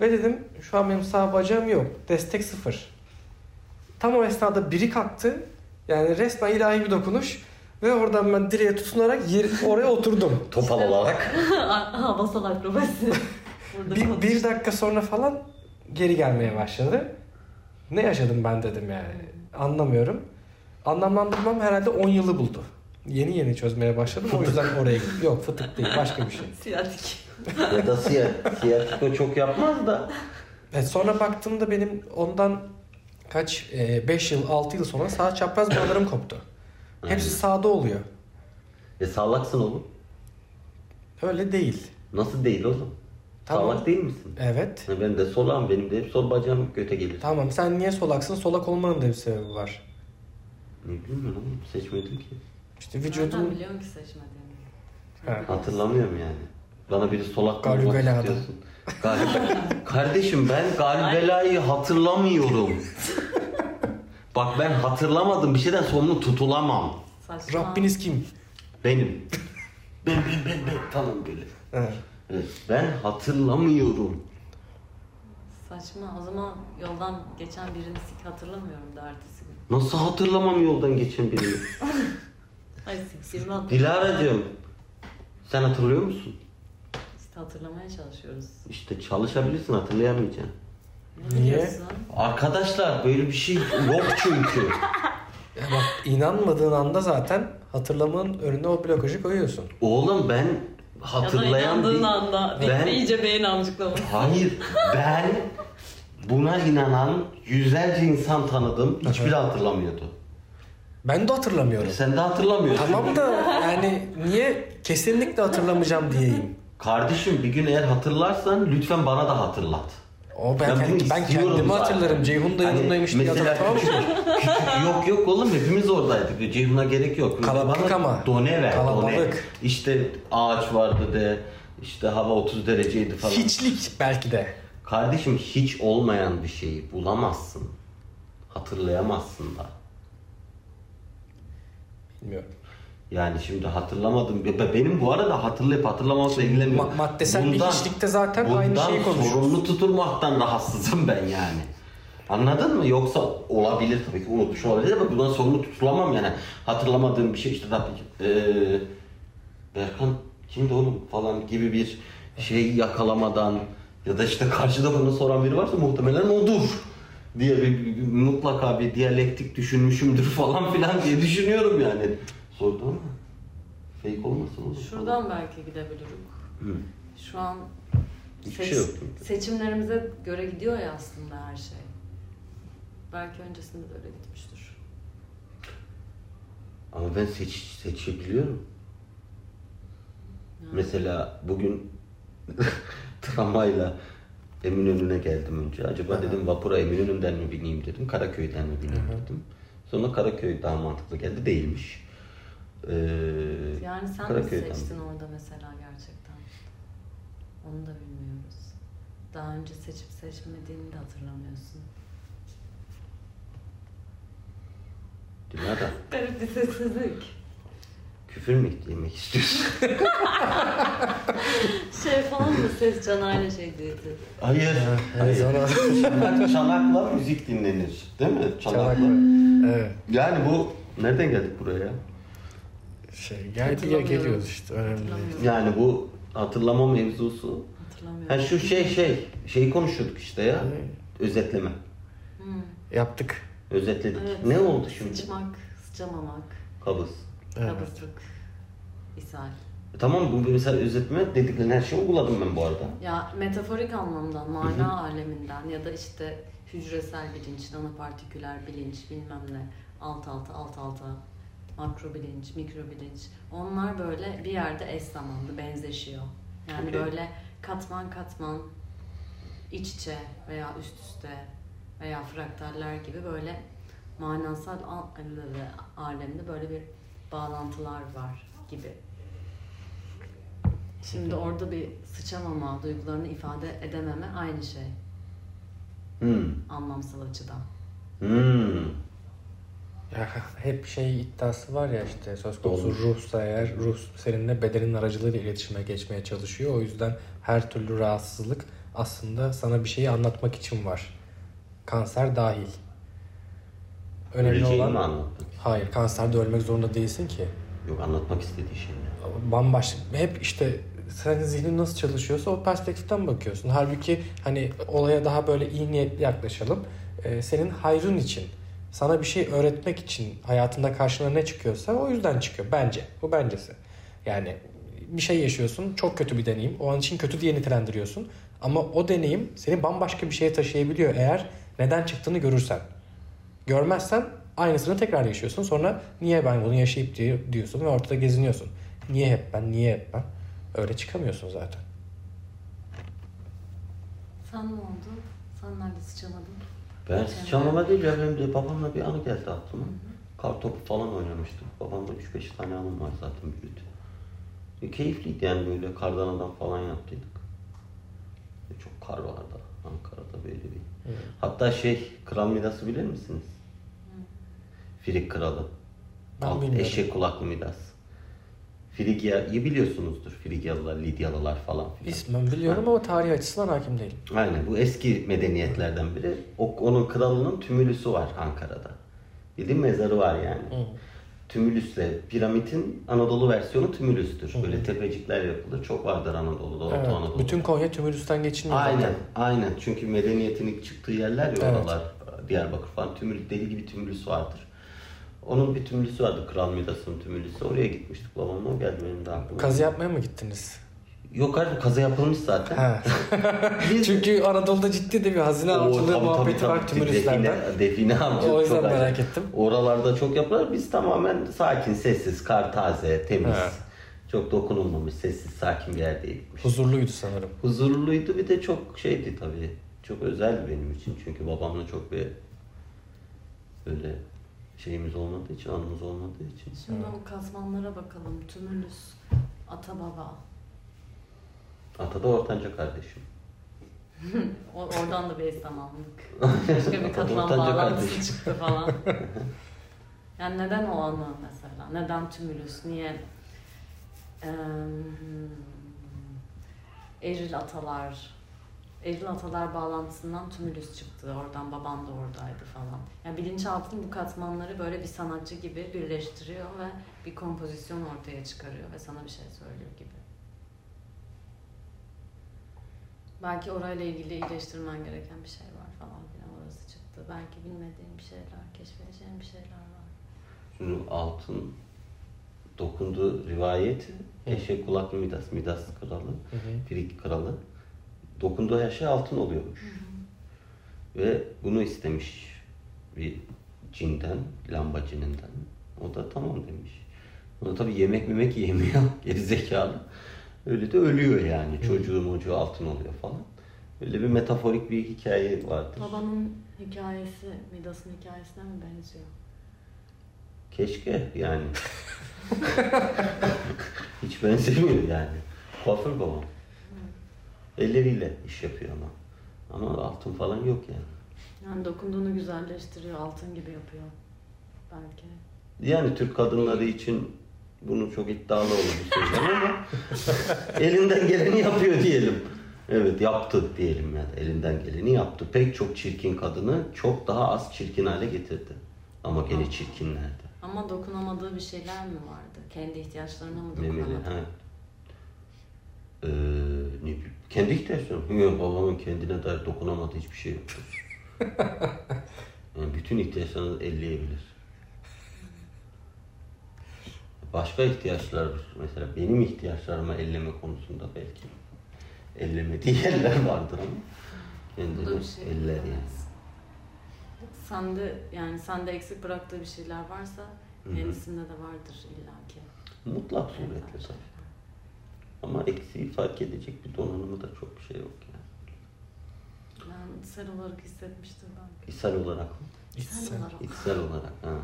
A: Ve dedim şu an benim sağ bacağım yok. Destek sıfır. Tam o esnada biri kalktı. Yani resmen ilahi bir dokunuş. Ve oradan ben direğe tutunarak yer, oraya oturdum.
B: Topal olarak.
C: Aha basal akrobasi. Burada
A: bir,
C: konuş-
A: bir dakika sonra falan geri gelmeye başladı. Ne yaşadım ben dedim yani. Anlamıyorum. Anlamlandırmam herhalde 10 yılı buldu. Yeni yeni çözmeye başladım. O yüzden oraya gittim. Yok fıtık değil başka bir şey.
C: Siyatik.
B: ya da siyah. Siyah çok yapmaz da.
A: Evet, E, sonra baktığımda benim ondan kaç 5 yıl 6 yıl sonra sağ çapraz bağlarım koptu. Hepsi sağda oluyor.
B: E salaksın oğlum.
A: Öyle değil.
B: Nasıl değil oğlum?
A: Tamam.
B: Salak değil misin?
A: Evet.
B: Ha, Ben de solağım. Benim de hep sol bacağım göte gelir.
A: Tamam sen niye solaksın? Solak olmanın da bir sebebi var.
B: Ne bileyim ben oğlum. Seçmedim ki.
A: İşte
C: Vücudum...
A: vücudun
C: biliyorum ki seçmediğimi.
A: Ha.
B: Hatırlamıyorum yani. Bana biri solak
A: Galip
B: bulmak
A: Bela adı.
B: istiyorsun. Galip- Kardeşim ben Galibela'yı hatırlamıyorum. Bak ben hatırlamadım bir şeyden sorumlu tutulamam.
C: Saçma.
A: Rabbiniz kim?
B: Benim. Ben ben ben ben tamam böyle.
A: Evet.
B: Evet, ben hatırlamıyorum.
C: Saçma. O zaman yoldan geçen birini sik hatırlamıyorum da ertesi gün.
B: Nasıl hatırlamam yoldan geçen birini?
C: Ay siktirme hatırlamıyorum.
B: Dilara'cığım sen hatırlıyor musun?
C: İşte hatırlamaya çalışıyoruz.
B: İşte çalışabilirsin hatırlayamayacaksın.
C: Ne
A: Niye?
C: diyorsun?
B: Arkadaşlar böyle bir şey yok çünkü.
A: Ya bak inanmadığın anda zaten hatırlamanın önüne o blokajı koyuyorsun.
B: Oğlum ben hatırlayan
C: ya da inandığın
B: bir-
C: anda
B: Ben-
C: ben... iyice beyin amcıklama.
B: Hayır ben buna inanan yüzlerce insan tanıdım. Hiçbiri hatırlamıyordu.
A: Ben de hatırlamıyorum.
B: Sen de hatırlamıyorsun.
A: Tamam da yani niye kesinlikle hatırlamayacağım diyeyim.
B: Kardeşim bir gün eğer hatırlarsan lütfen bana da hatırlat.
A: O ben,
B: bunu
A: kendi- ben
B: istiyorum
A: kendimi
B: zaten.
A: hatırlarım. Ceyhun da
B: Hani
A: yanındaymış diye
B: mesela
A: hatırlamam.
B: küçük- küçük- yok yok oğlum hepimiz oradaydık. Ceyhun'a gerek yok.
A: Kalabalık
B: Bana
A: ama.
B: Done ver. Done.
A: Kalabalık.
B: İşte ağaç vardı de. işte hava 30 dereceydi falan.
A: Hiçlik belki de.
B: Kardeşim hiç olmayan bir şeyi bulamazsın. Hatırlayamazsın da.
A: Bilmiyorum.
B: Yani şimdi hatırlamadım. Be- be- Benim bu arada hatırlayıp hatırlamamakla ilgilenmiyorum.
A: Ma- maddesel bir hiçlikte zaten
B: bundan
A: aynı şeyi konuşuyoruz.
B: sorumlu tutulmaktan rahatsızım ben yani. Anladın mı? Yoksa olabilir tabii ki unutmuş olabilir ama bundan sorumlu tutulamam yani. Hatırlamadığım bir şey işte tabii ki eee, Berkan kimdi oğlum falan gibi bir şey yakalamadan ya da işte karşıda bunu soran biri varsa muhtemelen odur diye bir, bir- bir- mutlaka bir diyalektik düşünmüşümdür falan filan diye düşünüyorum yani. Sordu ama fake olmasın oğlum.
C: Şuradan belki gidebilirim.
B: Hı.
C: Şu an
B: Hiçbir
C: seç-
B: şey yok.
C: seçimlerimize göre gidiyor ya aslında her şey. Belki öncesinde de öyle gitmiştir.
B: Ama ben seç, seçebiliyorum.
C: Yani
B: Mesela bugün tramvayla Eminönü'ne geldim önce. Acaba dedim vapura Eminönü'nden mi bineyim dedim, Karaköy'den mi bineyim dedim. Sonra Karaköy daha mantıklı geldi, değilmiş. Ee,
C: Yani sen
B: Karaköy'den
C: mi seçtin
B: mi?
C: orada mesela gerçekten? Onu da bilmiyoruz. Daha önce seçip seçmediğini de hatırlamıyorsun.
B: Dünyada
C: Garip bir sessizlik.
B: küfür mü yemek istiyorsun?
C: Şey falan mı ses can aynı şey diyeti.
B: Hayır.
A: Yani
B: Hayır.
A: Hani sonra...
B: Çanak- Çanakla müzik dinlenir. Değil mi? Çanakla.
A: Çanaklı. Evet.
B: Yani bu nereden geldik buraya?
A: Şey, geldi ya
C: Hatırlamıyorum.
A: geliyoruz işte. Önemli değil.
C: Hatırlamıyorum.
B: Yani bu hatırlama mevzusu.
C: Hatırlamıyorum.
B: Ha şu şey şey şeyi konuşuyorduk işte ya.
A: Yani
B: Özetleme.
C: Hmm.
A: Yaptık.
B: Özetledik.
C: Evet.
B: Ne oldu şimdi?
C: Sıçmak, sıçamamak,
B: Kabız.
A: Evet.
C: kabızlık, ishal.
B: E tamam bu mesela özetleme dediklerin her şeyi uyguladım ben bu arada.
C: Ya metaforik anlamda, mana aleminden ya da işte hücresel bilinç, nanopartiküler bilinç bilmem ne, alt alta alt alta, makro bilinç, mikro bilinç. Onlar böyle bir yerde eş zamanlı benzeşiyor. Yani
B: Okey.
C: böyle katman katman iç içe veya üst üste veya fraktaller gibi böyle manasal al- alemde böyle bir bağlantılar var gibi. Şimdi orada bir sıçamama, duygularını ifade edememe aynı şey
B: Hmm.
C: anlamsal açıdan.
B: Hmm.
A: Ya hep şey iddiası var ya işte söz konusu
B: Doğru.
A: ruhsa eğer ruh seninle bedenin aracılığıyla iletişime geçmeye çalışıyor. O yüzden her türlü rahatsızlık aslında sana bir şeyi anlatmak için var. Kanser dahil. Önemli
B: Öleceğini mi
A: olan
B: anlattın?
A: hayır kanserde ölmek zorunda değilsin ki.
B: Yok anlatmak istediği şey.
A: bambaşka hep işte senin zihnin nasıl çalışıyorsa o perspektiften bakıyorsun. Halbuki hani olaya daha böyle iyi niyetli yaklaşalım. Ee, senin hayrın için, sana bir şey öğretmek için hayatında karşına ne çıkıyorsa o yüzden çıkıyor bence. Bu bencesi. Yani bir şey yaşıyorsun, çok kötü bir deneyim. O an için kötü diye nitelendiriyorsun. Ama o deneyim seni bambaşka bir şeye taşıyabiliyor eğer neden çıktığını görürsen. Görmezsen aynısını tekrar yaşıyorsun. Sonra niye ben bunu yaşayıp diye- diyorsun ve ortada geziniyorsun. Niye hep ben, niye hep ben? Öyle çıkamıyorsun zaten.
C: Sen ne oldu? Sen nerede sıçamadın?
B: Ben sıçramama değil ya benim de babamla bir anı geldi aklıma. Kartopu falan oynamıştım. Babamda 3-5 tane anım var zaten büyüdü. E, keyifliydi yani böyle kardan adam falan yaptıydık. E, çok kar vardı Ankara'da böyle bir.
A: Evet.
B: Hatta şey kral midası bilir misiniz? Firik kralı.
A: Ben
B: Alt-
A: bilmiyorum.
B: eşek kulaklı midas. Frigya, biliyorsunuzdur Frigyalılar, Lidyalılar falan filan.
A: İsmen biliyorum ama tarihi açısından hakim değilim.
B: Aynen bu eski medeniyetlerden biri. O, onun kralının tümülüsü var Ankara'da. Bildiğin mezarı var yani. Tümülüsle piramidin Anadolu versiyonu tümülüstür. Böyle tepecikler yapılır. Çok vardır Anadolu'da, Orta
A: Evet.
B: Anadolu'da.
A: Bütün Konya tümülüsten geçilmiyor.
B: Aynen,
A: zaten.
B: aynen. Çünkü medeniyetin ilk çıktığı yerler ya
A: Evet.
B: oralar. Diyarbakır falan tümül, deli gibi tümülüs vardır. Onun bir tümülüsü vardı. Kral Midas'ın tümülüsü. Oraya gitmiştik. Babamla o geldi benim de aklıma.
A: Kazı yapmaya mı gittiniz?
B: Yok artık kazı yapılmış zaten.
A: Ha.
B: Biz-
A: Çünkü Anadolu'da ciddi de bir hazine
B: Oo,
A: avcılığı
B: tabii,
A: muhabbeti
B: tabii,
A: var
B: tabii.
A: tümülüslerden.
B: Define, define avcılığı
A: O yüzden
B: çok
A: merak
B: acı.
A: ettim.
B: Oralarda çok yapılır. Biz tamamen sakin, sessiz, kar taze, temiz.
A: Evet.
B: Çok dokunulmamış, sessiz, sakin bir yerde gitmiş.
A: Huzurluydu sanırım.
B: Huzurluydu bir de çok şeydi tabii. Çok özel benim için. Çünkü babamla çok bir böyle şeyimiz olmadığı için, anımız olmadığı için.
C: Şimdi o kazmanlara bakalım. Tümülüs, Atababa.
B: Ata da ortanca kardeşim.
C: O, oradan da bir ezdam aldık. Başka bir katman
B: Ortanca
C: bağlantısı
B: kardeşim.
C: çıktı falan. Yani neden o anı mesela? Neden tümülüs? Niye? Eee, eril atalar. Eril atalar bağlantısından tümülüs çıktı. Oradan babam da oradaydı falan. Yani bilinçaltının bu katmanları böyle bir sanatçı gibi birleştiriyor ve bir kompozisyon ortaya çıkarıyor ve sana bir şey söylüyor gibi. Belki orayla ilgili iyileştirmen gereken bir şey var falan filan orası çıktı. Belki bilmediğin bir şeyler, keşfedeceğin bir şeyler var.
B: Şimdi altın dokunduğu rivayet
A: Hı.
B: eşek kulaklı Midas, Midas kralı,
A: Hı hı.
B: Frig kralı. Dokunduğu her şey altın oluyormuş. Ve bunu istemiş bir cinden, lamba cininden. O da tamam demiş. Ona tabii yemek memek yemiyor, geri zekalı. Öyle de ölüyor yani. Çocuğu mocuğu altın oluyor falan. Öyle bir metaforik bir hikaye vardır.
C: Babanın hikayesi, Midas'ın hikayesine mi benziyor?
B: Keşke yani. Hiç benzemiyor yani. Kuaför babam. Elleriyle iş yapıyor ama. Ama altın falan yok yani.
C: Yani dokunduğunu güzelleştiriyor, altın gibi yapıyor. Belki.
B: Yani Türk kadınları için bunu çok iddialı olur bir söylem ama elinden geleni yapıyor diyelim. Evet yaptı diyelim yani elinden geleni yaptı. Pek çok çirkin kadını çok daha az çirkin hale getirdi. Ama gene çirkinlerdi.
C: Ama dokunamadığı bir şeyler mi vardı? Kendi ihtiyaçlarına mı
B: Memeli,
C: dokunamadı?
B: ha. Ee, ne bileyim, kendi ihtiyaçlarım. Yok babamın kendine dair dokunamadığı hiçbir şey yoktur. yani bütün ihtiyaçlarını elleyebilir. Başka ihtiyaçlar mesela benim ihtiyaçlarıma elleme konusunda belki ellemediği yerler vardır ama
C: Bu da bir şey.
B: kendini eller yani.
C: Sende yani sende eksik bıraktığı bir şeyler varsa
B: Hı hı.
C: kendisinde de vardır illaki.
B: Mutlak suretle tabii. Ama eksiği fark edecek bir donanımı da çok bir şey yok yani.
C: Ben sel olarak hissetmiştim ben.
B: İshal olarak mı?
A: İçsel.
C: olarak.
B: İçsel olarak ha.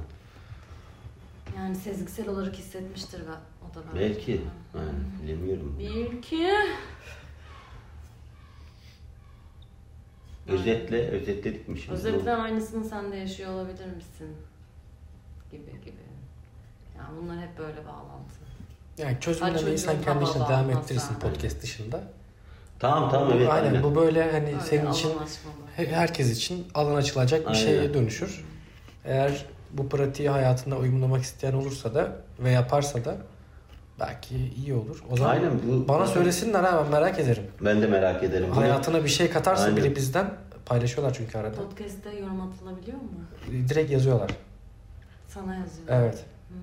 C: Yani sezgisel olarak hissetmiştir ve o da ben.
B: Belki. Yani bilemiyorum.
C: Belki.
B: Özetle, özetledik mi şimdi?
C: Özetle aynısını sen de yaşıyor olabilir misin? Gibi gibi. Yani bunlar hep böyle bağlantı.
A: Yani
C: Ay, çocuğum,
A: çözümlemeyi sen kendi
C: baba,
A: işine
C: baba,
A: devam
C: baba.
A: ettirirsin podcast dışında.
B: Tamam tamam evet.
A: aynen,
B: aynen.
A: bu böyle hani
C: Öyle
A: senin için
C: anlaşmalı.
A: he- herkes için alan açılacak bir
B: Aynen.
A: şeye dönüşür. Eğer bu pratiği hayatına uyumlamak isteyen olursa da ve yaparsa da belki iyi olur. O zaman
B: Aynen, bu-
A: bana söylesinler ha ben merak ederim.
B: Ben de merak ederim. Bunu-
A: Hayatına bir şey katarsa
B: Aynen.
A: biri bizden paylaşıyorlar çünkü arada.
C: Podcast'te yorum atılabiliyor mu?
A: Direkt yazıyorlar.
C: Sana yazıyor.
A: Evet.
C: Hmm.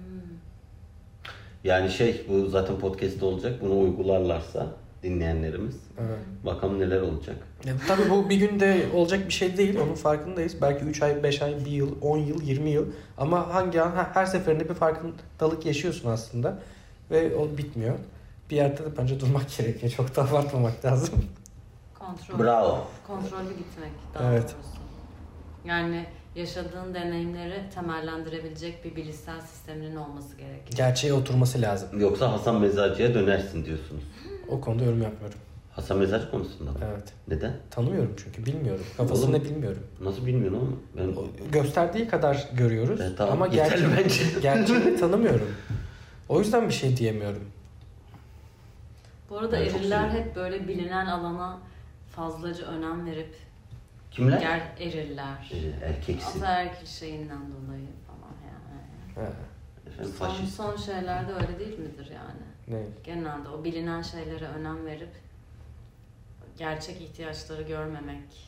B: Yani şey bu zaten podcast olacak. Bunu uygularlarsa dinleyenlerimiz.
A: Evet.
B: Bakalım neler olacak.
A: Ya, E, tabii bu bir günde olacak bir şey değil. Onun farkındayız. Belki 3 ay, 5 ay, 1 yıl, 10 yıl, 20 yıl. Ama hangi an ha- her seferinde bir farkındalık yaşıyorsun aslında. Ve o bitmiyor. Bir yerde de bence durmak gerekiyor. Çok da abartmamak lazım.
C: Kontrol.
B: Bravo.
C: Kontrollü gitmek daha
A: Evet.
C: doğrusu. Yani yaşadığın deneyimleri temellendirebilecek bir bilişsel sisteminin olması gerekir.
A: Gerçeğe oturması lazım.
B: Yoksa Hasan Mezarcı'ya dönersin diyorsunuz.
A: O konuda yorum yapmıyorum.
B: Hasan Mezarcı konusunda mı?
A: Evet.
B: Neden?
A: Tanımıyorum çünkü bilmiyorum. Kafasını
B: Oğlum.
A: bilmiyorum.
B: Nasıl bilmiyorum ama ben...
A: O- Gösterdiği kadar görüyoruz
B: E, tamam,
A: ama
B: yeterli
A: gerçeği,
B: bence.
A: gerçeği tanımıyorum. O yüzden bir şey diyemiyorum.
C: Bu arada
B: Ben çok
C: eriller
B: seviyorum.
C: hep böyle bilinen alana fazlaca önem verip
B: Kimler?
C: ger eriller.
B: Ee, erkeksin.
C: Ataerkil şeyinden dolayı falan yani.
A: He,
B: Efendim,
C: Son,
B: faşist.
C: son şeylerde öyle değil midir yani?
A: ne?
C: Genelde o bilinen şeylere önem verip gerçek ihtiyaçları görmemek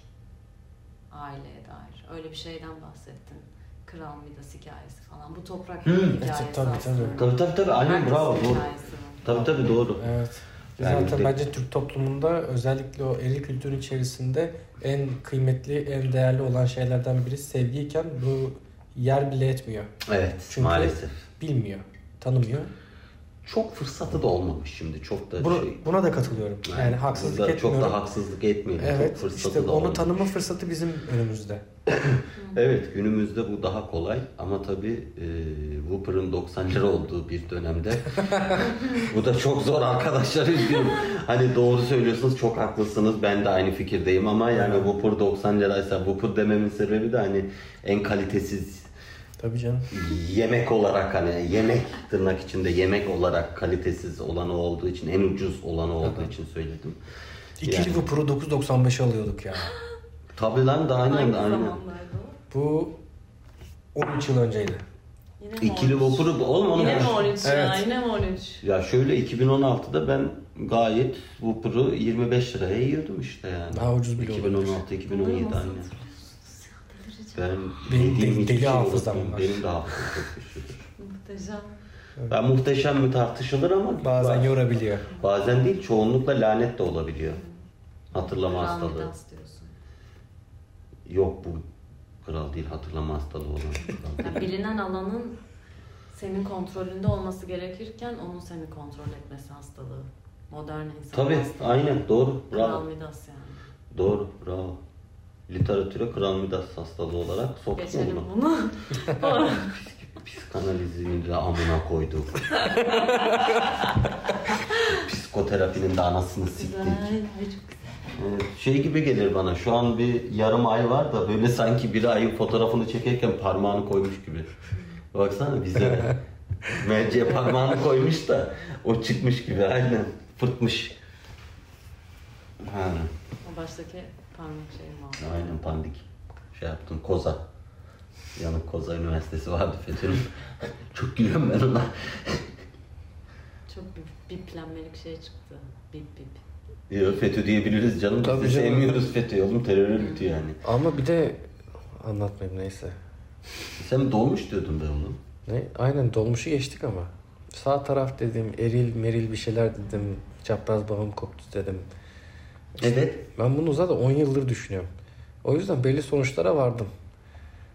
C: aileye dair. Öyle bir şeyden bahsettin. Kral Midas hikayesi falan. Bu toprak
B: Hmm.
C: hikayesi
A: Evet, tabii, tabii.
C: aslında.
B: Tabii tabii tabii. Aynen
C: Herkesin
B: bravo doğru.
C: hikayesi bu.
B: Tabii tabii doğru.
A: Evet.
B: Yani
A: Zaten
B: bir de-
A: bence Türk toplumunda özellikle o eril kültürün içerisinde en kıymetli, en değerli olan şeylerden biri sevgiyken bu yer bile etmiyor.
B: Evet
A: Çünkü-
B: maalesef.
A: Bilmiyor, tanımıyor.
B: Çok fırsatı da olmamış şimdi. Çok da
A: Buna,
B: şey.
A: buna da katılıyorum. Yani haksızlık
B: burada
A: etmiyorum.
B: Çok da haksızlık etmeyelim. çok
A: Evet,
B: fırsatı
A: işte onu
B: da olmamış.
A: tanıma fırsatı bizim önümüzde.
B: Evet günümüzde bu daha kolay ama tabii e, Whopper'ın 90 lira olduğu bir dönemde bu da çok zor arkadaşlar üzgünüm. Hani doğru söylüyorsunuz çok haklısınız ben de aynı fikirdeyim ama yani Whopper 90 liraysa Whopper dememin sebebi de hani en kalitesiz
A: Tabii canım.
B: yemek olarak hani yemek tırnak içinde yemek olarak kalitesiz olanı olduğu için en ucuz olanı olduğu için söyledim.
A: İkili
B: Yani-
A: bu Pro 995 alıyorduk ya.
B: Tabii lan da aynen
C: Hangi
B: aynen.
C: zamanlarda o?
A: Bu 13 yıl önceydi.
C: Yine mi
B: İkili
C: on üç?
B: Whopper'ı oğlum onu
C: Yine mi
B: boş-
C: 13 ya?
A: Evet.
C: Yine mi 13?
B: Ya şöyle 2016'da ben gayet Whopper'ı 25 liraya yiyordum işte yani.
A: Daha ucuz bile
B: 2016 2017
C: Bunları nasıl
B: aynen.
C: hatırlıyorsunuz ya? Delireceğim.
B: Ben
A: Benim
B: yediğim
A: deli-
B: hiçbir
A: deli
B: şey
A: hafızam
B: unutmam.
A: var.
B: Benim de hafızam çok güçlüdür.
C: Muhteşem.
B: Ben muhteşem mi tartışılır ama
A: Bazen
B: ba-
A: yorabiliyor.
B: bazen değil çoğunlukla lanet de olabiliyor. Hatırlama
C: Kral
B: hastalığı.
C: Midas diyorsun.
B: Yok bu kral değil hatırlama hastalığı olan kral.
C: Yani bilinen alanın senin kontrolünde olması gerekirken onun seni kontrol etmesi hastalığı. Modern insan
B: Tabii
C: hastalığı.
B: aynen doğru
C: Kral
B: bravo.
C: Midas yani.
B: Doğru bravo. Literatüre kral midas hastalığı olarak soktuk
C: Geçelim
B: bunu.
C: bunu.
B: Psikanalizmin de amına koyduk. Psikoterapinin de anasını siktik.
C: Güzel. Ay, çok
B: Ee, Şey gibi gelir bana şu an bir yarım ay var da böyle sanki bir ayın fotoğrafını çekerken parmağını koymuş gibi. Baksana bize de. Bence parmağını koymuş da o çıkmış gibi aynen fırtmış. Ha,
C: O baştaki parmak şeyim var.
B: aynen pandik. Şey yaptım koza. Yanık Koza Üniversitesi vardı Fethül'ün. Çok gülüyorum ben ona.
C: Çok bir biplenmelik şey çıktı. Bip bip.
B: Ya FETÖ diyebiliriz canım.
A: Tabii
B: Biz de
A: canım.
B: sevmiyoruz FETÖ'yü oğlum terör örgütü yani.
A: Ama bir de anlatmayayım neyse.
B: Sen dolmuş diyordun be oğlum.
A: Ne? Aynen dolmuşu geçtik ama. Sağ taraf dedim, eril meril bir şeyler dedim. Çapraz bağım koptu dedim.
B: Evet.
A: Ben bunu zaten 10 yıldır düşünüyorum. O yüzden belli sonuçlara vardım.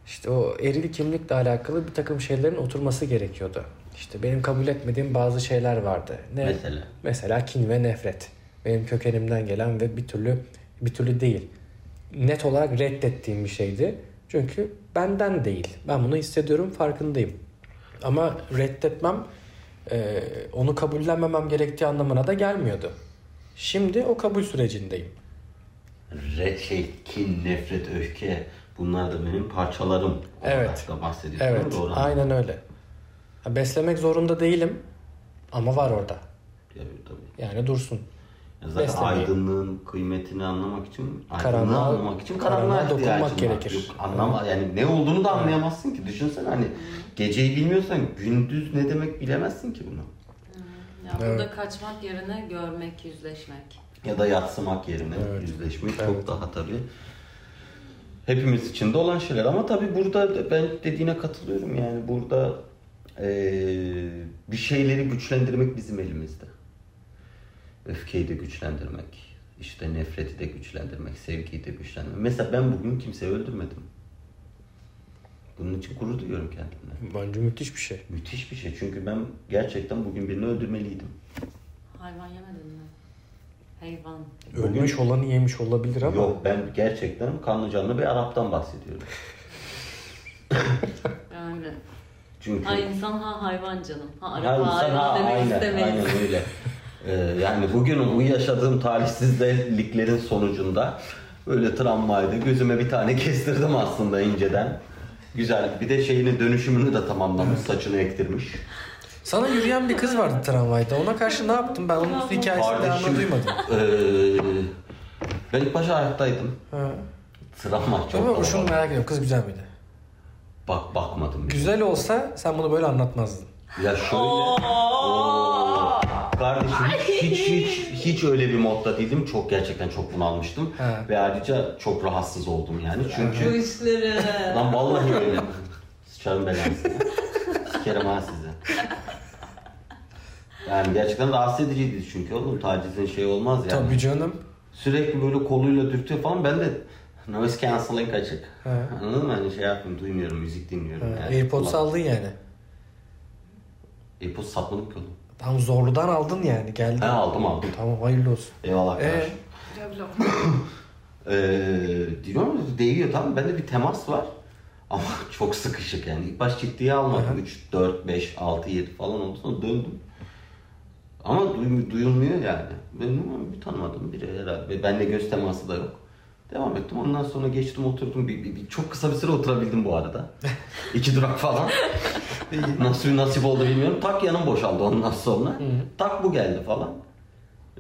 A: İşte o eril kimlikle alakalı bir takım şeylerin oturması gerekiyordu. İşte benim kabul etmediğim bazı şeyler vardı. Ne?
B: Mesela.
A: Mesela kin ve nefret. Benim kökenimden gelen ve bir türlü bir türlü değil. Net olarak reddettiğim bir şeydi. Çünkü benden değil. Ben bunu hissediyorum, farkındayım. Ama reddetmem e, onu kabullenmemem gerektiği anlamına da gelmiyordu. Şimdi o kabul sürecindeyim.
B: Red şey, kin, nefret, öfke bunlar da benim parçalarım. olarak
A: Evet.
B: Da bahsediyorsun değil mi?
A: Evet,
B: Doğru.
A: aynen öyle. Ha, Beslemek zorunda değilim ama var orada.
B: Tabii, tabii.
A: Yani dursun.
B: Ya zaten
A: Beslemeyi.
B: aydınlığın kıymetini anlamak için, aydınlığı
A: Karanlığa-
B: anlamak için
A: karanlığa
B: karanlığa
A: dokunmak
B: ihtiyacın var.
A: gerekir.
B: Yok, anlama, yani ne olduğunu da anlayamazsın ki. Düşünsene hani geceyi bilmiyorsan gündüz ne demek bilemezsin ki bunu.
C: Ya burada kaçmak yerine görmek, yüzleşmek.
B: ya da yatsımak yerine
A: Evet.
B: yüzleşmek
A: Evet.
B: çok daha tabii hepimiz için de olan şeyler ama tabii burada da ben dediğine katılıyorum yani burada eee, bir şeyleri güçlendirmek bizim elimizde. Öfkeyi de güçlendirmek, işte nefreti de güçlendirmek, sevgiyi de güçlendirmek. Mesela ben bugün kimseyi öldürmedim. Bunun için gurur duyuyorum kendimle.
A: Bence müthiş bir şey.
B: Müthiş bir şey çünkü ben gerçekten bugün birini öldürmeliydim.
C: Hayvan yemedin mi? Hayvan.
A: Ölmüş olanı yemiş olabilir ama.
B: Yok ben gerçekten kanlı canlı bir Arap'tan bahsediyorum.
C: Yani.
B: Çünkü
C: Ha insan ha hayvan canım. Ha
B: Ha,
C: araba ha,
B: insan- ha,
C: hayvan demek
B: aynen,
C: istemeyiz.
B: aynen öyle. Ee, yani bugün bu yaşadığım talihsizliklerin sonucunda böyle tramvayda gözüme bir tane kestirdim aslında inceden. Güzel. Bir de şeyini dönüşümünü de tamamlamış. Saçını ektirmiş.
A: Sana yürüyen bir kız vardı tramvayda. Ona karşı ne yaptın? Ben onun hikayesini devamını duymadım.
B: eee, e, ben ilk başta ayaktaydım.
A: Ha.
B: Travma çok
A: Ama bu şunu
B: kalabalık.
A: merak ediyorum. Kız güzel miydi?
B: Bak bakmadım. bile.
A: Güzel olsa sen bunu böyle anlatmazdın.
B: Ya şöyle. Oo. Kardeşim hiç hiç hiç öyle bir modda değildim. Çok gerçekten çok bunalmıştım.
A: He.
B: Ve ayrıca çok rahatsız oldum yani.
C: Bu
B: Çünkü
C: işleri.
B: lan vallahi öyle. Sıçarım belasını. Sikerim ha sizi. Yani gerçekten rahatsız ediciydi çünkü oğlum tacizin şey olmaz yani.
A: Tabii canım.
B: Sürekli böyle koluyla dürtüyor falan ben de noise cancelling açık.
A: He.
B: Anladın mı? Hani şey yapmıyorum, duymuyorum, müzik dinliyorum.
A: Ha.
B: yani.
A: Airpods aldın yani.
B: Airpods satmadım ki oğlum.
A: Tam zorludan aldın yani. Geldi.
B: He aldım aldım.
A: Tamam hayırlı olsun.
B: Eyvallah
A: Ee?
B: kardeşim. Ee, diyorum ya, değiyor tamam bende bir temas var. Ama çok sıkışık yani. İlk baş ciddiye almadım. 3, 4, 5, 6, 7 falan oldu sonra döndüm. Ama duy- duyulmuyor yani. Ben ama bir tanımadım biri herhalde. Bende göz teması da yok. Devam ettim. Ondan sonra geçtim oturdum. Bir, bir- bir- çok kısa bir süre oturabildim bu arada. İki durak falan. Nasıl nasip oldu bilmiyorum. Tak yanım boşaldı ondan sonra. Tak bu geldi falan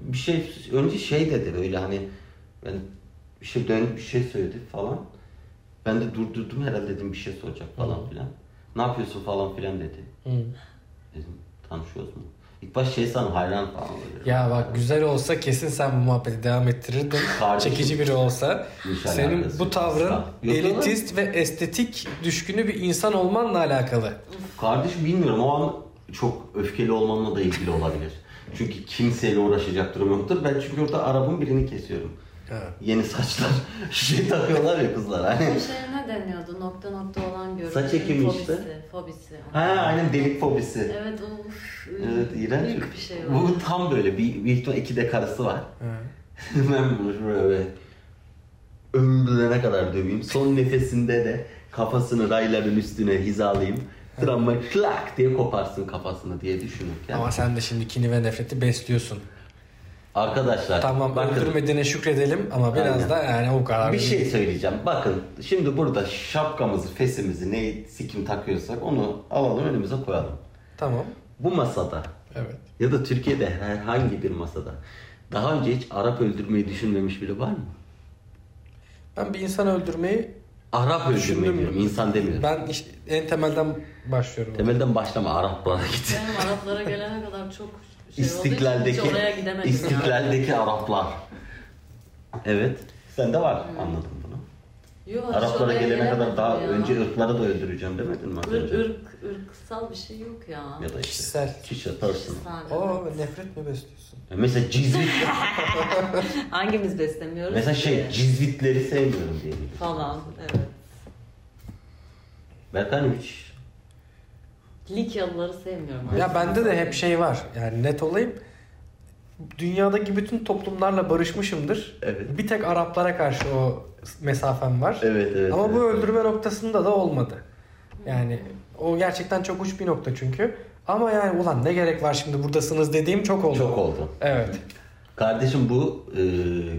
B: bir şey önce şey dedi böyle hani ben bir şey dönüp bir şey söyledi falan. Ben de durdurdum herhalde dedim bir şey soracak falan filan. Ne yapıyorsun falan filan dedi.
A: Hı.
B: Dedim tanışıyoruz mu? İlk baş şey sandım hayran falan oluyor.
A: Ya bak güzel olsa kesin sen bu muhabbeti devam ettirirdin.
B: Kardeşim.
A: Çekici biri olsa.
B: İnşallah
A: senin
B: arkası
A: bu
B: yok.
A: tavrın
B: Yok oğlum.
A: elitist ve estetik düşkünü bir insan olmanla alakalı.
B: Kardeşim bilmiyorum o an çok öfkeli olmamla da ilgili olabilir. Çünkü kimseyle uğraşacak durum yoktur. Ben çünkü orada arabın birini kesiyorum.
A: Ha.
B: Yeni saçlar şey takıyorlar ya kızlar. Hani.
C: Bu şeye ne deniyordu? Nokta nokta olan görüntü.
B: Saç ekimi
C: fobisi,
B: işte.
C: Fobisi.
B: Ha aynen delik fobisi.
C: Evet uf.
B: Evet iğrenç.
C: Büyük bir şey var.
B: Bu tam böyle bir, bir ihtimal iki de karısı var.
A: Ha.
B: ben bunu böyle ömrüne kadar döveyim. Son nefesinde de kafasını rayların üstüne hizalayayım. Travma klak diye koparsın kafasını diye düşünürken.
A: Ama sen de şimdi kini ve nefreti besliyorsun.
B: Arkadaşlar
A: Tamam
B: bakın
A: öldürmediğine şükredelim ama biraz
B: Aynen.
A: da yani o kadar.
B: bir
A: değil.
B: şey söyleyeceğim. Bakın şimdi burada şapkamızı, fesimizi, ne sikim takıyorsak onu alalım önümüze koyalım.
A: Tamam.
B: Bu masada
A: Evet.
B: Ya da Türkiye'de herhangi bir masada daha önce hiç Arap öldürmeyi düşünmemiş biri var mı?
A: Ben bir insan öldürmeyi
B: Arap öldürmeyi
A: Düşündüm.
B: diyorum, insan demiyorum.
A: ben işte en temelden başlıyorum.
B: Temelden başlama Arap bana git.
C: Benim Araplara gelene kadar çok şey
B: İstiklaldeki,
C: olduğu için Şey hiç oraya gidemedim yani.
B: İstiklaldeki Araplar. Evet. Sende var anladım bunu.
C: Yo, Hmm. hiç
B: Araplara
C: oraya
B: gelene kadar
C: gelemedim
B: daha
C: ya.
B: önce ırkları da öldüreceğim demedin mi? az
C: Irk,
B: önce?
C: ırk, ırksal bir şey yok ya.
B: Ya da işte.
A: Kişisel.
B: Kişi, person.
C: Kişisel,
A: Oo
C: evet.
A: nefret mi besliyorsun?
B: Mesela cizvit.
C: Hangimiz beslemiyoruz?
B: mesela
C: ki?
B: şey cizvitleri sevmiyorum diyelim.
C: Falan evet.
B: Berkan hiç
C: Likyalıları sevmiyorum.
A: Ya bende de hep şey var. Yani net olayım. Dünyadaki bütün toplumlarla barışmışımdır.
B: Evet.
A: Bir tek Araplara karşı o mesafem var.
B: Evet evet.
A: Ama
B: evet.
A: bu öldürme noktasında da olmadı. Yani o gerçekten çok uç bir nokta çünkü. Ama yani ulan ne gerek var şimdi buradasınız dediğim çok oldu.
B: çok oldu.
A: Evet.
B: Kardeşim bu e,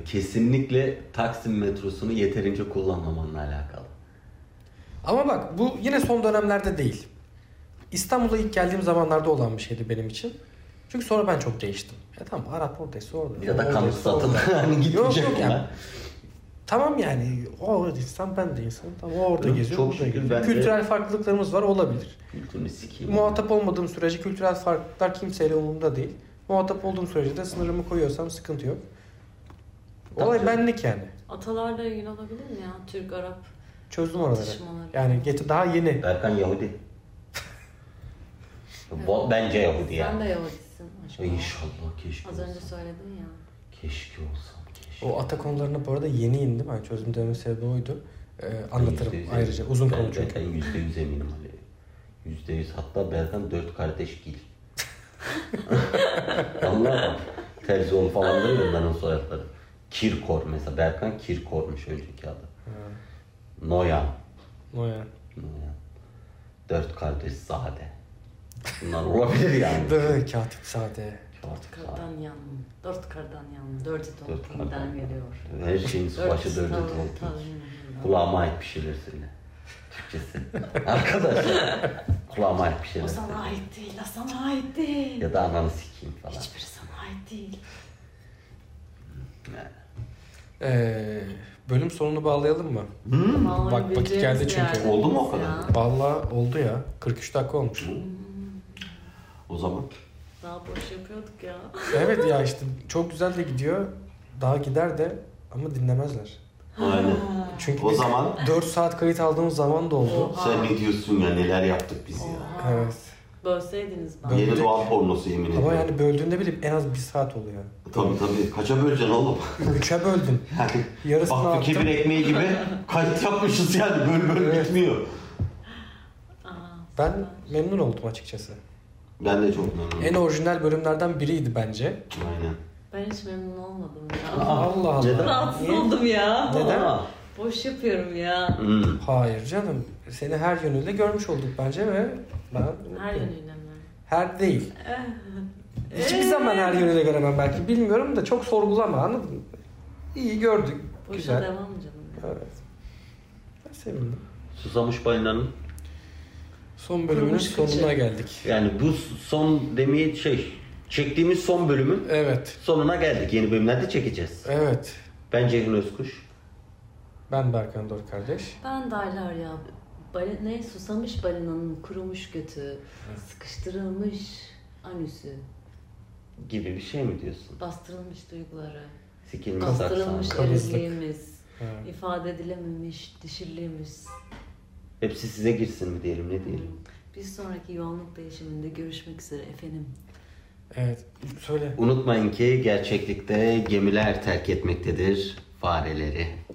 B: kesinlikle Taksim metrosunu yeterince kullanmamanla alakalı.
A: Ama bak bu yine son dönemlerde değil. İstanbul'a ilk geldiğim zamanlarda olan bir şeydi benim için. Çünkü sonra ben çok değiştim. Ya tamam Arap oradaysa orada.
B: Ya da
A: oradaysa
B: kanıksadın.
A: orada.
B: hani
A: Yok,
B: gitmeyecek
A: yok yani.
B: bunlar.
A: Tamam yani o orada insan ben de insan. Tamam, o orada
B: Yok,
A: geziyor.
B: çok
A: burada
B: şükür
A: geziyor.
B: ben de-
A: Kültürel farklılıklarımız var olabilir.
B: Kültürünü sikeyim.
A: Muhatap olmadığım sürece kültürel farklılıklar kimseyle umurumda değil. Muhatap olduğum sürece de sınırımı koyuyorsam sıkıntı yok. Olay
B: Tabii canım.
A: benlik yani.
C: Atalarla ilgili olabilir mi ya? Türk, Arap
A: Çözdüm oraları.
C: atışmaları.
A: Yani getir daha yeni.
B: Berkan Yahudi. Bu- Bence Yahudi
C: Sen
B: yani.
C: de Yahudisin. aşkım.
B: İnşallah keşke
C: Az
B: olsam.
C: önce söyledin ya.
B: Keşke olsam. Keşke.
A: O ata konularına bu arada yeni indim. Yani çözüm dememin sebebi oydu. Ee, anlatırım
B: Yüzde yüz
A: ayrıca.
B: eminim.
A: Uzun
B: Ben
A: konu çünkü.
B: Berkan yüzde yüz eminim Ali. Yüzde yüz. Hatta Berkan dört kardeş gil. Vallahi bak. Terzion falan değil mi onların soyadları? Kirkor mesela. Berkan Kirkor'muş önceki adı. Noyan.
A: O yani.
B: Noyan. Dört kardeş zade. Bunlar olabilir yani.
A: Dı katip sade.
B: Dört
C: Dört kardan yandım. Dört kardan yandım. Dört
B: Dört kardan.
C: toplumdan geliyor.
B: Her şeyin başı dördü oldu. Kulağıma ait bir şeyler söyle. Türkçesi. Arkadaşlar. Kulağıma ait bir
C: O
B: şeyler söyle.
C: sana ait değil, o sana ait değil.
B: Ya da ananı sikeyim falan.
C: Hiçbiri sana ait değil.
B: Yani.
A: Ee, bölüm sonunu bağlayalım mı?
B: Hmm.
C: Vallahi
A: Bak, vakit
C: bileceğimiz
A: geldi çünkü.
C: yerdeyiz
B: Oldu mu o kadar?
C: ya.
A: Vallahi oldu ya. 43 dakika olmuş.
B: O zaman
C: Daha boş yapıyorduk ya.
A: Evet ya işte çok güzel de gidiyor. Daha gider de ama dinlemezler.
B: Aynen.
A: Çünkü
B: O
A: biz
B: zaman
A: 4 saat kayıt aldığımız zaman da oldu.
C: Oha.
B: sen ne diyorsun ya neler yaptık biz ya.
C: Oha.
A: Evet.
C: Bölseydiniz bana.
A: Böl-
B: Yeni doğal pornosu yemin ediyorum.
A: Ama yani böldüğünde bile en az 1 saat oluyor.
B: Tabii tabii. Kaça böleceksin oğlum?
A: 3'e böldüm.
B: Yani
A: Yarısını
B: Baktı
A: attım.
B: kebir ekmeği gibi kayıt yapmışız yani. Böyle böyle
A: Evet.
B: bitmiyor.
C: Aa,
A: Ben memnun oldum açıkçası.
B: Ben de çok memnunum.
A: En orijinal bölümlerden biriydi bence.
B: Aynen.
C: ben hiç memnun olmadım ya.
B: Aa,
A: Allah Allah.
B: neden?
C: Rahatsız
A: Niye?
C: oldum ya.
A: Neden?
B: Aa.
C: Boş yapıyorum ya.
B: Hmm.
A: Hayır canım. Seni her yönüyle görmüş olduk bence ve ben
C: Her Eh. yönüyle mi?
A: her değil. Hiçbir
C: Eh.
A: zaman her yönüyle göremem belki bilmiyorum da çok sorgulama anladın mı? İyi gördük.
C: Boşa
A: Güzel.
C: devam canım. ya.
A: Evet. Ben sevindim.
B: Susamış balinanın.
A: Son bölümünün
C: Kurumuş şey. kıçı.
A: sonuna geldik.
B: Yani bu son demeye şey çektiğimiz son bölümün
A: Evet.
B: sonuna geldik. Yeni bölümlerde çekeceğiz.
A: Evet.
B: Ben Ceyhun Özkuş.
A: Ben Berkan Dor kardeş.
C: Ben derler ya. Bali, ne susamış balinanın kurumuş götü, sıkıştırılmış anüsü,
B: gibi bir şey mi diyorsun?
C: bastırılmış duyguları,
B: Sikilmiş
C: bastırılmış
B: saksan.
A: Kabızlık.
C: erilliğimiz,
A: Evet.
C: ifade edilememiş dişilliğimiz.
B: Hepsi size girsin mi diyelim ne diyelim?
C: Bir sonraki yoğunluk değişiminde görüşmek üzere efendim.
A: evet. Söyle.
B: Unutmayın ki gerçeklikte gemiler terk etmektedir fareleri.